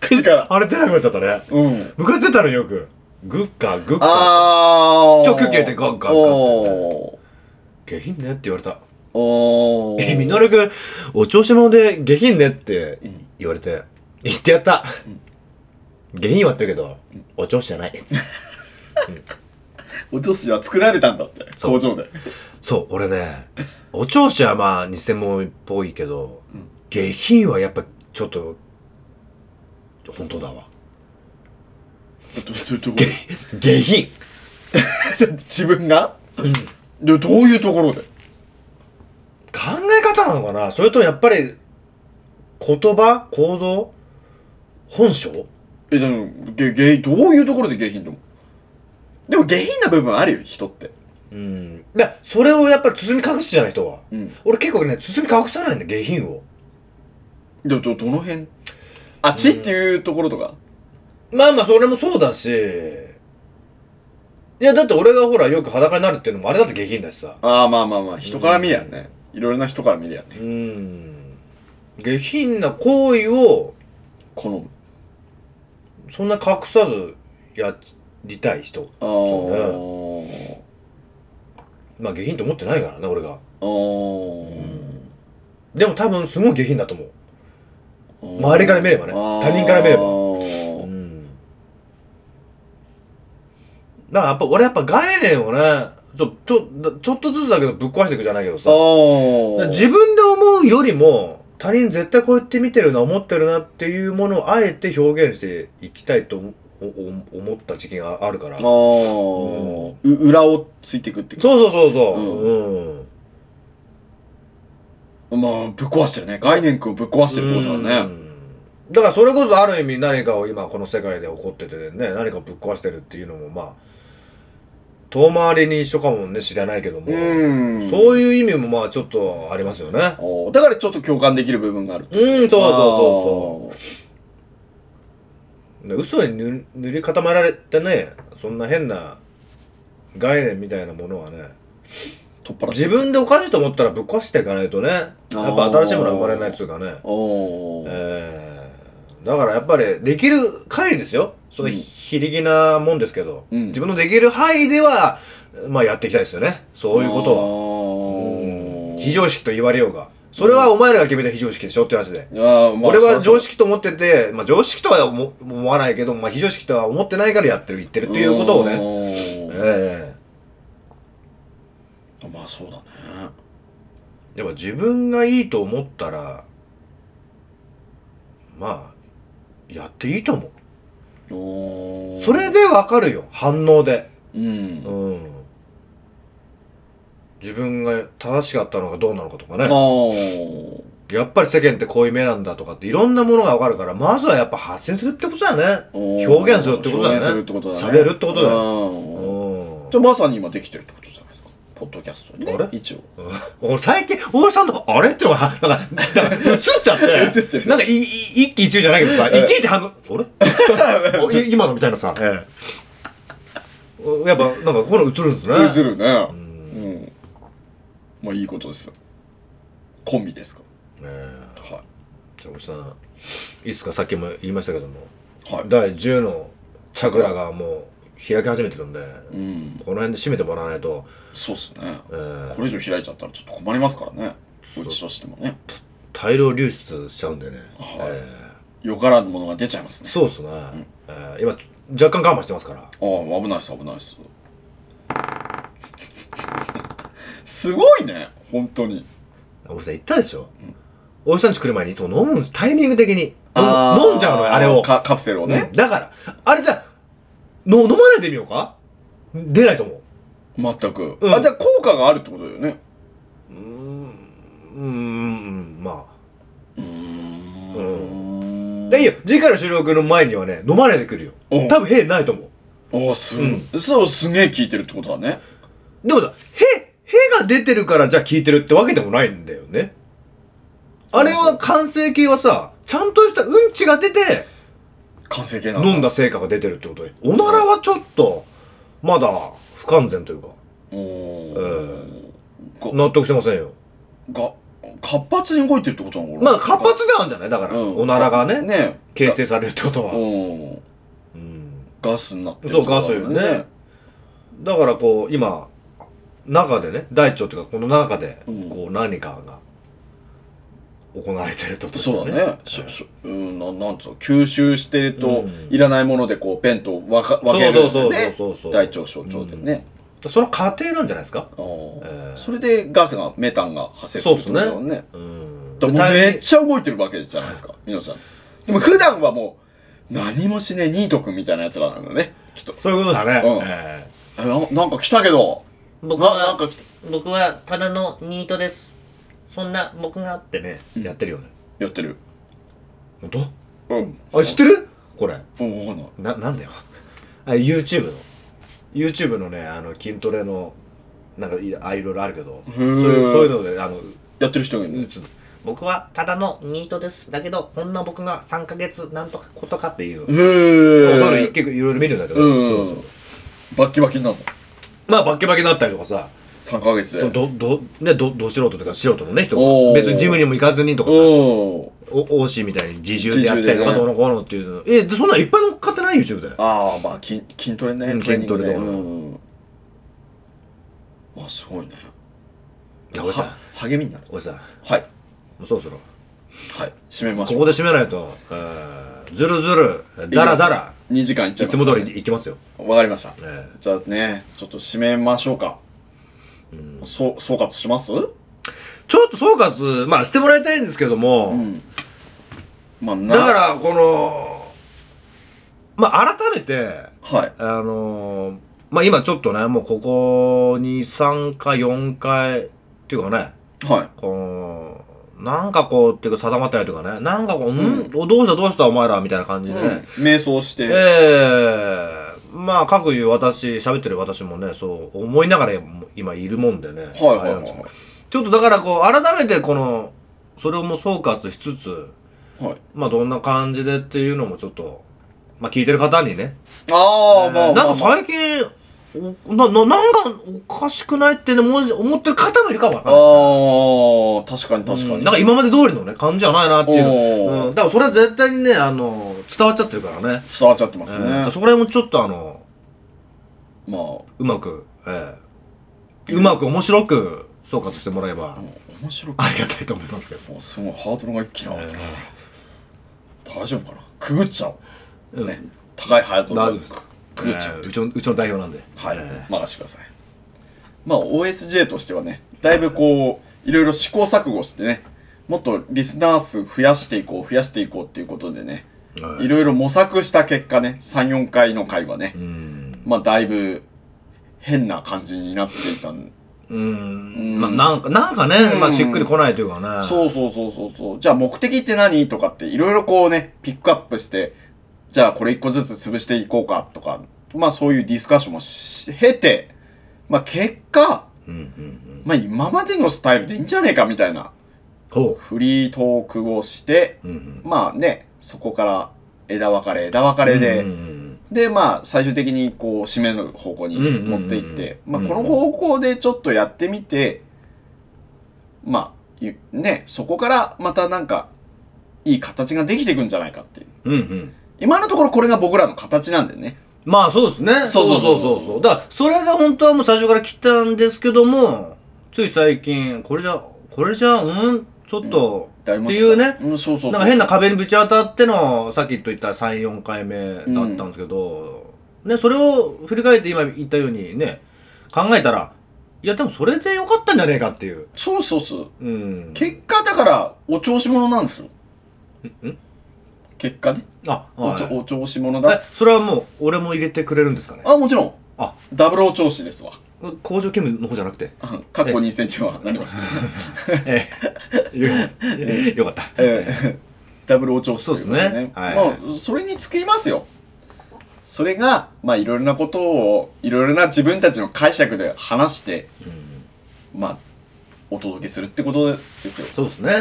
Speaker 3: 口から。
Speaker 2: あれ出なくなっちゃったね。
Speaker 3: うん。
Speaker 2: 昔出たのよく。グッカ、グッカ。
Speaker 3: あー。
Speaker 2: ちょ休憩でガンガンガン
Speaker 3: おー
Speaker 2: 下品ねって言われた。
Speaker 3: おー。
Speaker 2: え、みのるくん、お調子者で下品ねって言われて、言ってやった。下品は言ってるけど、お調子じゃない。
Speaker 3: お女子は作られたんだって、
Speaker 2: そう
Speaker 3: 工場で。
Speaker 2: そう、俺ね、お調子はまあ偽物っぽいけど、
Speaker 3: うん
Speaker 2: 下品はやっぱちょっと、本当だわ。
Speaker 3: どどど
Speaker 2: 下下品。
Speaker 3: 自分がでどういうところで
Speaker 2: 考え方なのかなそれとやっぱり、言葉行動本性
Speaker 3: えでもげげどういうところで下品でもでも下品な部分あるよ人って
Speaker 2: うん。だそれをやっぱり包み隠すじゃない人は。
Speaker 3: うん
Speaker 2: 俺結構ね、包み隠さないんだ、下品を。
Speaker 3: でどどの辺あちっていうところとか
Speaker 2: まあまあ、それもそうだし、いや、だって俺がほら、よく裸になるっていうのもあれだって下品だしさ。
Speaker 3: ああまあまあまあ人から見りゃねいろいろな人から見りゃね
Speaker 2: うん下品な行為を
Speaker 3: 好む
Speaker 2: そんな隠さずやりたい人
Speaker 3: あ
Speaker 2: そ
Speaker 3: ー
Speaker 2: まあ下品と思ってないからね俺が
Speaker 3: あー
Speaker 2: でも多分すごい下品だと思う
Speaker 3: あー
Speaker 2: 周りから見ればね
Speaker 3: あー
Speaker 2: 他人から見れば
Speaker 3: あ
Speaker 2: う
Speaker 3: ー
Speaker 2: んだからやっぱ俺やっぱ概念をねちょちょちょっとずつだけどぶっ壊していくじゃないけどさだから
Speaker 3: あ
Speaker 2: 自分で思うよりも他人絶対こうやって見てるな思ってるなっていうものをあえて表現していきたいと思思思った時期があるから
Speaker 3: あーう裏をついていくってこと
Speaker 2: そうそうそうそう。
Speaker 3: う
Speaker 2: うん。
Speaker 3: まあぶっ壊してるね概念君をぶっ壊してるってことだ
Speaker 2: う
Speaker 3: ね
Speaker 2: んだからそれこそある意味何かを今この世界で起こっててね、何かをぶっ壊してるっていうのもまあ、遠回りに一緒かもね、知らないけども。
Speaker 3: うん
Speaker 2: そういう意味もまあちょっとありますよね。
Speaker 3: おーだからちょっと共感できる部分がある。
Speaker 2: うん、そうそう
Speaker 3: そうそう。
Speaker 2: そうそうで。嘘に塗塗り固められてね、そんな変な概念みたいなものはね、
Speaker 3: 取っ払って。
Speaker 2: 自分でおかしいと思ったらぶっ壊していかないとね、やっぱ新しいものは生まれないっつうかね。
Speaker 3: おー
Speaker 2: えーだからやっぱりできる限りですよその
Speaker 3: うん
Speaker 2: 非力なもんですけど、
Speaker 3: うん
Speaker 2: 自分のできる範囲では、まあやっていきたいですよね。そういうことは。うん
Speaker 3: は
Speaker 2: 非常識と言われようが。それはお前らが決めた非常識でしょって話で。
Speaker 3: あーまあ
Speaker 2: 俺は常
Speaker 3: 識
Speaker 2: 識と思ってて、まあ常識とは思思わないけど、まあ非常識とは思ってないからやってる、言ってるっていうことをね。
Speaker 3: ね
Speaker 2: え
Speaker 3: まあそうだね
Speaker 2: えでも自分がいいと思ったら、まあ、やっていいと思
Speaker 3: お
Speaker 2: う。
Speaker 3: ー
Speaker 2: それでわかるよ、反応で。
Speaker 3: うん
Speaker 2: うん。自分が正しかったのかどうなのかとか
Speaker 3: あ
Speaker 2: ね。
Speaker 3: ー
Speaker 2: やっぱり世間ってこういう目なんだとかっていろんなものがわかるから、まずはやっぱ発信するってことだよね。
Speaker 3: おー
Speaker 2: 表現するってことだね
Speaker 3: 表現するってことだね
Speaker 2: 喋るってことだ
Speaker 3: よ
Speaker 2: うん
Speaker 3: じゃあまさに今できてるってことじゃないですかポッドキャストにね
Speaker 2: あれ
Speaker 3: 一応
Speaker 2: 俺最近、大橋さんとか、あれってのが、なんか、なんか映っちゃっ、
Speaker 3: 映っててる
Speaker 2: なんかい、い一喜一憂じゃないけどさ、
Speaker 3: ええ
Speaker 2: いちいち反応、 あれおい今のみたいなさ、
Speaker 3: え
Speaker 2: やっぱ、なんかこういうの映るんですね。
Speaker 3: ずるねうんんまあいいことですよコンビですか
Speaker 2: ええ
Speaker 3: は
Speaker 2: じゃあ、大橋さん、いいっすか、さっきも言いましたけども、
Speaker 3: いはい
Speaker 2: 第10のチャクラがもう開き始めてるんで、
Speaker 3: うん
Speaker 2: この辺で締めてもらわないと、
Speaker 3: そうっすね
Speaker 2: ええ
Speaker 3: これ以上開いちゃったらちょっと困りますからね
Speaker 2: う
Speaker 3: うちとしてもね
Speaker 2: 大量流出しちゃうんでね。
Speaker 3: はい
Speaker 2: え
Speaker 3: よからぬものが出ちゃいます
Speaker 2: え
Speaker 3: ね
Speaker 2: そうっすね。ええ今、若干我慢してますから。
Speaker 3: ああ危ないです危ないです すごいね本当に
Speaker 2: 俺さ言ったでしょ、おじさん家来る前にいつも飲むんタイミング的に飲
Speaker 3: あ
Speaker 2: む
Speaker 3: ー
Speaker 2: 飲んじゃうのよあれを、
Speaker 3: かカプセルをね
Speaker 2: うん、だからあれじゃあの飲まないでみようか出ないと思う
Speaker 3: 全く
Speaker 2: うん
Speaker 3: あじゃあ効果があるってことだよね
Speaker 2: うーんうーんま
Speaker 3: うーん
Speaker 2: あいいよ次回の収録の前にはね飲まないで来るよ
Speaker 3: お
Speaker 2: 多分へないと思
Speaker 3: おーすご
Speaker 2: うん
Speaker 3: いそうすげえ効いてるってことだね
Speaker 2: うでもさへへが出てるからじゃあ聞いてるってわけでもないんだよねあれは完成形はさちゃんとしたうんちが出て
Speaker 3: 完成形なんだ
Speaker 2: 飲んだ成果が出てるってことでおならはちょっとまだ不完全というか
Speaker 3: おお
Speaker 2: 納得してませんよ
Speaker 3: が活発に動いてるってことなのかな
Speaker 2: まあ活発ではあるんじゃないだから、
Speaker 3: うん
Speaker 2: おならがね
Speaker 3: ね
Speaker 2: 形成されるってことは、
Speaker 3: うん
Speaker 2: うん
Speaker 3: ガスになってる
Speaker 2: そうガスよねだからこう今中でね大腸っていうかこの中で
Speaker 3: うん
Speaker 2: こう何かが行われてるってことです
Speaker 3: そ
Speaker 2: よ
Speaker 3: う
Speaker 2: ね
Speaker 3: だね。ししうん、ななんつうの、吸収してると、
Speaker 2: うん
Speaker 3: いらないものでこう、ペンと分か分ける、ね。
Speaker 2: そうそうそうそうそう
Speaker 3: 大腸、小腸でね。
Speaker 2: その過程なんじゃないですか
Speaker 3: あー
Speaker 2: ええ
Speaker 3: それでガスが、メタンが発生するってことだよ
Speaker 2: そう
Speaker 3: ね。
Speaker 2: うん
Speaker 3: だからもう
Speaker 2: 大
Speaker 3: めっちゃ動いてるわけじゃないですか、みのちゃん。でも普段はもう、何もしねえ、ニート君みたいな奴らなんだね、きっと。
Speaker 2: そういうことだね、
Speaker 3: うん
Speaker 2: ええ
Speaker 3: あななんか来たけど、な
Speaker 4: 僕
Speaker 3: なん
Speaker 4: は
Speaker 3: か来た。
Speaker 4: 僕はただのニートですそんな僕が
Speaker 2: ってねやってるよね
Speaker 3: やってる。
Speaker 2: 本当
Speaker 3: うん。
Speaker 2: あ、知ってるこれ。
Speaker 3: うん、わかんな
Speaker 2: な、
Speaker 3: い。
Speaker 2: なんだよ。あ、YouTube の。YouTube のね、あの、筋トレの、なんかい、あ、いろいろあるけど、そういうそういうので、あの、
Speaker 3: やってる人がいる
Speaker 2: 打
Speaker 3: ね。
Speaker 2: つの。
Speaker 4: 僕はただのニートですだけどこんな僕が3ヶ月なんとかことかっていうの、
Speaker 3: へ
Speaker 2: そういうの
Speaker 3: ぇー。
Speaker 2: 結構いろいろ見るんだけど、
Speaker 3: う
Speaker 2: そうんそう。
Speaker 3: バッキバキになるの。
Speaker 2: まあ、バッキバキになったりとかさ、
Speaker 3: 3ヶ月で。
Speaker 2: そうど、ど、ね、ど、ど素人というか素人のね、人
Speaker 3: お
Speaker 2: が、
Speaker 3: ー
Speaker 2: 別にジムにも行かずにとかさ、
Speaker 3: おお
Speaker 2: お、おしみたいに自重でやったりと
Speaker 3: 自重で
Speaker 2: か、
Speaker 3: ね
Speaker 2: どうのこうのっていうの。え、でそんなんいっぱい乗っかってない ?YouTube で。
Speaker 3: ああまあ筋筋トレね、
Speaker 2: うん
Speaker 3: トレーニ
Speaker 2: 筋
Speaker 3: ングね
Speaker 2: トレとかね
Speaker 3: うんまあすごいね
Speaker 2: いや、おじさん
Speaker 3: は、励みになる
Speaker 2: おじさん、も
Speaker 3: はい、
Speaker 2: うそろそろ。
Speaker 3: はい、締めまし
Speaker 2: こ
Speaker 3: ょう
Speaker 2: こで締めないと、えー、ずるずる、だらだら、
Speaker 3: 2時間いっちゃ
Speaker 2: い
Speaker 3: い
Speaker 2: つ
Speaker 3: ます
Speaker 2: も
Speaker 3: から
Speaker 2: 通
Speaker 3: ね、
Speaker 2: りいきますよ。
Speaker 3: わかりました
Speaker 2: え
Speaker 3: じゃあねちょっと締めましょうか、
Speaker 2: うん
Speaker 3: そう総括しますう
Speaker 2: ーちょっと総括、まあしてもらいたいんですけども、
Speaker 3: んまあな
Speaker 2: だから、この、まあ改めて、
Speaker 3: はい
Speaker 2: あのーまあ今ちょっとね、もうここ2、3回、4回、っていうかね、
Speaker 3: はい
Speaker 2: この、なんかこう、っていうか定まってないというかね、なんかこう、うん、
Speaker 3: う
Speaker 2: どうしたどうしたお前らみたいな感じで、
Speaker 3: うん、瞑想して、
Speaker 2: ええまあ、各いう私、喋ってる私もね、そう思いながら今いるもんでね。
Speaker 3: はいはい
Speaker 2: あれなん
Speaker 3: はい
Speaker 2: ですよちょっとだからこう、改めてこの、それをもう総括しつつ、
Speaker 3: はい
Speaker 2: まあ、どんな感じでっていうのもちょっと、まあ、聞いてる方にね。
Speaker 3: ああ、
Speaker 2: えー
Speaker 3: まあまあ、
Speaker 2: なんか
Speaker 3: まあ
Speaker 2: 最近、おなななんかおかしくないってねもし思ってる方もいるかわかんない
Speaker 3: ああ、確かに確か
Speaker 2: う
Speaker 3: に。
Speaker 2: んなんか今まで通りのね感じじゃないなっていう、
Speaker 3: おー
Speaker 2: うん、だからそれは絶対にねあの伝わっちゃってるからね
Speaker 3: 伝わっちゃってますね。
Speaker 2: えーそれもちょっとあの
Speaker 3: まあ、
Speaker 2: うまく、えーうまく面白く総括してもらえば、
Speaker 3: もう面白く
Speaker 2: ありがたいと思いますけど、
Speaker 3: もうすごいハードルが一気に上がったな
Speaker 2: え
Speaker 3: 大丈夫かなくぐっちゃお
Speaker 2: ーう
Speaker 3: う、
Speaker 2: ん
Speaker 3: ね高いハードル
Speaker 2: 大丈夫です
Speaker 3: くくぐっちゃ
Speaker 2: え
Speaker 3: う、
Speaker 2: ーうちのうちの代表なんで、
Speaker 3: はい、
Speaker 2: え
Speaker 3: 任せてくださいまあ OSJ としてはねだいぶこういろいろ試行錯誤してねもっとリスナー数増やしていこう増やしていこうっていうことでね
Speaker 2: ーはい
Speaker 3: ろいろ模索した結果ね34回の回はね
Speaker 2: うん
Speaker 3: まあだいぶ変な感じになっていたん
Speaker 2: うん
Speaker 3: ん
Speaker 2: まあなんかなんかね、
Speaker 3: うん
Speaker 2: まあ、しっくりこないというかね
Speaker 3: そうそうそうそうそう。じゃあ目的って何とかっていろいろこうね、ピックアップして、じゃあこれ一個ずつ潰していこうかとか、まあそういうディスカッションもし経て、まあ結果、
Speaker 2: うんうんうん
Speaker 3: まあ今までのスタイルでいいんじゃねえかみたいな
Speaker 2: ほ
Speaker 3: フリートークをして、
Speaker 2: う、うんうん、
Speaker 3: まあね、そこから枝分かれ枝分かれで、
Speaker 2: うんうん
Speaker 3: でまあ最終的にこう締める方向に持っていって、
Speaker 2: うんうんうんうん
Speaker 3: まあ、この方向でちょっとやってみて、まあゆねそこからまたなんかいい形ができていくんじゃないかっていう
Speaker 2: うんうんうん
Speaker 3: 今のところこれが僕らの形なんでね
Speaker 2: まあそうですね。
Speaker 3: そうそうそう
Speaker 2: そうそう。だから、それが本当はもう最初から来たんですけども、つい最近、これじゃ、これじゃ、うんちょっと、
Speaker 3: 誰も
Speaker 2: っていうね
Speaker 3: んそうそうそう
Speaker 2: なんか変な壁にぶち当たっての、さっきと言った3、4回目だったんですけど、ね、それを振り返って今言ったようにね、考えたら、いや、でもそれでよかったんじゃねえかっていう。
Speaker 3: そうそうそう
Speaker 2: うん。
Speaker 3: 結果だからお調子者なんですよ
Speaker 2: ん
Speaker 3: 結果ね
Speaker 2: あ、
Speaker 3: お
Speaker 2: は
Speaker 3: ちょ
Speaker 2: い。
Speaker 3: お調子者
Speaker 2: え
Speaker 3: だ、
Speaker 2: それはもう、俺も入れてくれるんですかね
Speaker 3: あもちろん
Speaker 2: あ
Speaker 3: ダブルお調子ですわ
Speaker 2: 工場勤務の方じゃなくて。
Speaker 3: うんかっこ2000にはなりますけど
Speaker 2: え え。よよかった。
Speaker 3: ええダブルお調子といこと
Speaker 2: そうですねはい
Speaker 3: まあ、それに尽きますよ。それが、まあ、いろいろなことを、いろいろな自分たちの解釈で話して、まあ、お届けするってことですよ。
Speaker 2: そうですね。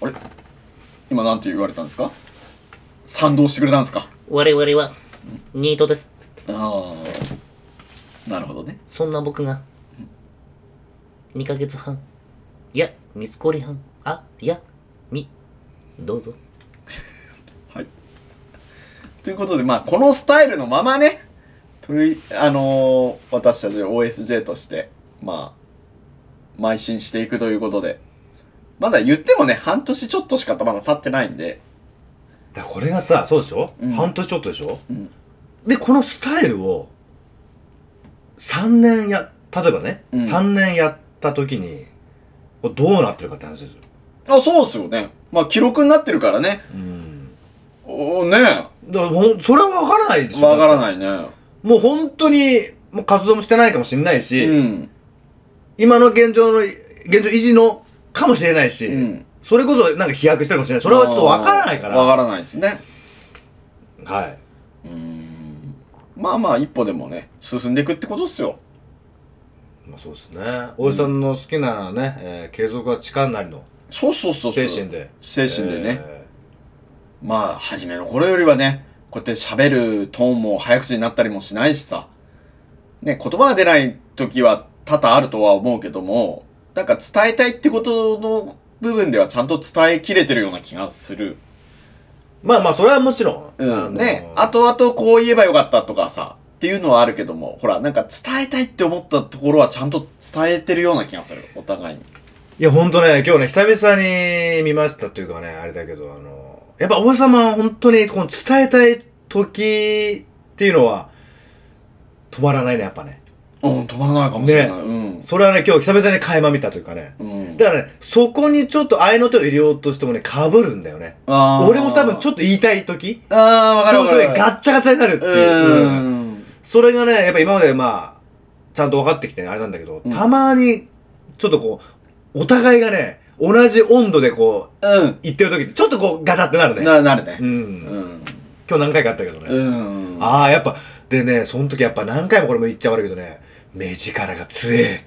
Speaker 3: あれ今なんて言われたんですか賛同してくれたんですか
Speaker 4: 我々はニートです
Speaker 3: ああ。なるほどね。
Speaker 4: そんな僕が2ヶ月半いや三つり半あいやみどうぞ
Speaker 3: はい。ということで、まあ、このスタイルのままね、とり、あのー私たち OSJ として、まあ、邁進していくということで、まだ言ってもね、半年ちょっとしかまだ経ってないんで、
Speaker 2: だからこれがさ、そうでしょ、
Speaker 3: うん
Speaker 2: 半年ちょっとでしょ、
Speaker 3: うん
Speaker 2: で、このスタイルを、3年や、例えばね、
Speaker 3: うん
Speaker 2: 3年やった時に、これどうなってるかって話ですよ。
Speaker 3: あ、そうっすよね。まあ、記録になってるからね。おおね
Speaker 2: だからほん、それは分からないでしょ
Speaker 3: わから
Speaker 2: い。
Speaker 3: ないね。
Speaker 2: もう本当に、もう活動もしてないかもしれないし、
Speaker 3: うん。
Speaker 2: 今の現状の、現状維持の、かもしれないし、
Speaker 3: うん。
Speaker 2: それこそなんか飛躍してるかもしれない。それはちょっと分からないから。
Speaker 3: わからないですね。
Speaker 2: はい。
Speaker 3: うん。まあまあ、一歩でもね、進んでいくってことっすよ。
Speaker 2: まあそうですね。おじさんの好きなね、えー継続は力なりの
Speaker 3: そうそうそうそう。
Speaker 2: 精神。で。
Speaker 3: 精神でね。
Speaker 2: え
Speaker 3: まあ、初めの頃よりはね、こうやって喋るトーンも早口になったりもしないしさ、ね、言葉が出ない時は多々あるとは思うけども、なんか伝えたいってことの部分ではちゃんと伝えきれてるような気がする。
Speaker 2: ーまあまあ、それはもちろん。
Speaker 3: うん。
Speaker 2: のー
Speaker 3: ね、後々こう言えばよかったとかさ、っていうのはあるけども、ほら、なんか伝えたいって思ったところはちゃんと伝えてるような気がする、お互いに。
Speaker 2: いや、ほんとね、今日ね、久々に見ましたというかね、あれだけど、あの、やっぱおばさまは本当に、この伝えたい時っていうのは、止まらないね、やっぱね。
Speaker 3: うん、止まらないかもしれない。
Speaker 2: それはね、今日久々に垣間見たというかね。
Speaker 3: うん。うん。
Speaker 2: だからね、そこにちょっと愛の手を入れようとしてもね、被るんだよね。俺も多分ちょっ
Speaker 3: っと、
Speaker 2: と言いたい時
Speaker 3: ああ、わか
Speaker 2: ちょ
Speaker 3: るわ
Speaker 2: う
Speaker 3: か
Speaker 2: ど
Speaker 3: る
Speaker 2: ね
Speaker 3: わ、か
Speaker 2: ガッチャガチャになるって
Speaker 3: る。
Speaker 2: いう。うん
Speaker 3: うん
Speaker 2: それがね、やっぱ今までまあ、ちゃんと分かってきてねあれなんだけど、
Speaker 3: うん
Speaker 2: たまに、ちょっとこう、お互いがね、同じ温度でこう、
Speaker 3: う
Speaker 2: 言ってる時に、ちょっとこう、ガチャってなる
Speaker 3: ん。
Speaker 2: ね。
Speaker 3: な、なるね
Speaker 2: う。。
Speaker 3: うんん。
Speaker 2: 今日何回かあったけどね。
Speaker 3: うん。
Speaker 2: ああ、やっぱ、でね、その時やっぱ何回もこれも言っちゃ悪いけどね、目力が強え。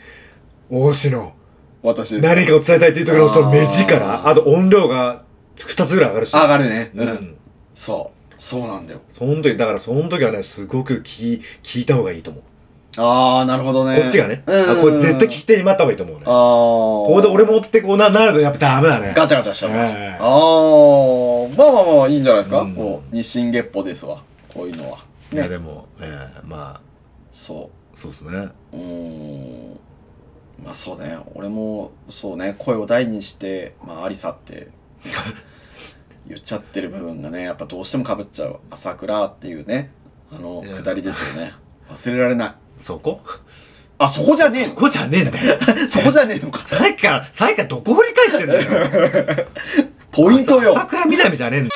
Speaker 2: 大志の、
Speaker 3: 私です。
Speaker 2: 何かを伝えたいっていう時のその目
Speaker 3: あ
Speaker 2: 力、
Speaker 3: ー
Speaker 2: あと音量が2つぐらい上がるし。
Speaker 3: 上がるね。
Speaker 2: う
Speaker 3: うんん。。そう。そうなんだよ
Speaker 2: その時、だからその時はね、すごく聞い聞いた方がいいと思う。
Speaker 3: ああなるほどね
Speaker 2: こっちがね。
Speaker 3: うん
Speaker 2: あこれ絶対聞き手に待った方がいいと思うね。
Speaker 3: ああ
Speaker 2: ここで俺持ってこうな、なるとやっぱダメだね。
Speaker 3: ガチャガチャしちゃうわ
Speaker 2: ええ
Speaker 3: ああまあまあまあいいんじゃないですか、
Speaker 2: うん
Speaker 3: こう日進月歩ですわこういうのはい
Speaker 2: や、でも、ええまあ、
Speaker 3: そ
Speaker 2: そうですね。
Speaker 3: ううーんまあそうね俺もそうね声を大にしてまあありさって 言っちゃってる部分がねやっぱどうしてもかぶっちゃう朝倉っていうねあの
Speaker 2: いや
Speaker 3: くだりですよね忘れられない
Speaker 2: そこ
Speaker 3: あそこじゃねえ
Speaker 2: ここじゃねえんだよ。
Speaker 3: のそこじゃねえ のか
Speaker 2: さっきから、さっきからどこ振り返ってんだよ。
Speaker 3: ポイントよ
Speaker 2: 桜みなみじゃねえんだよ。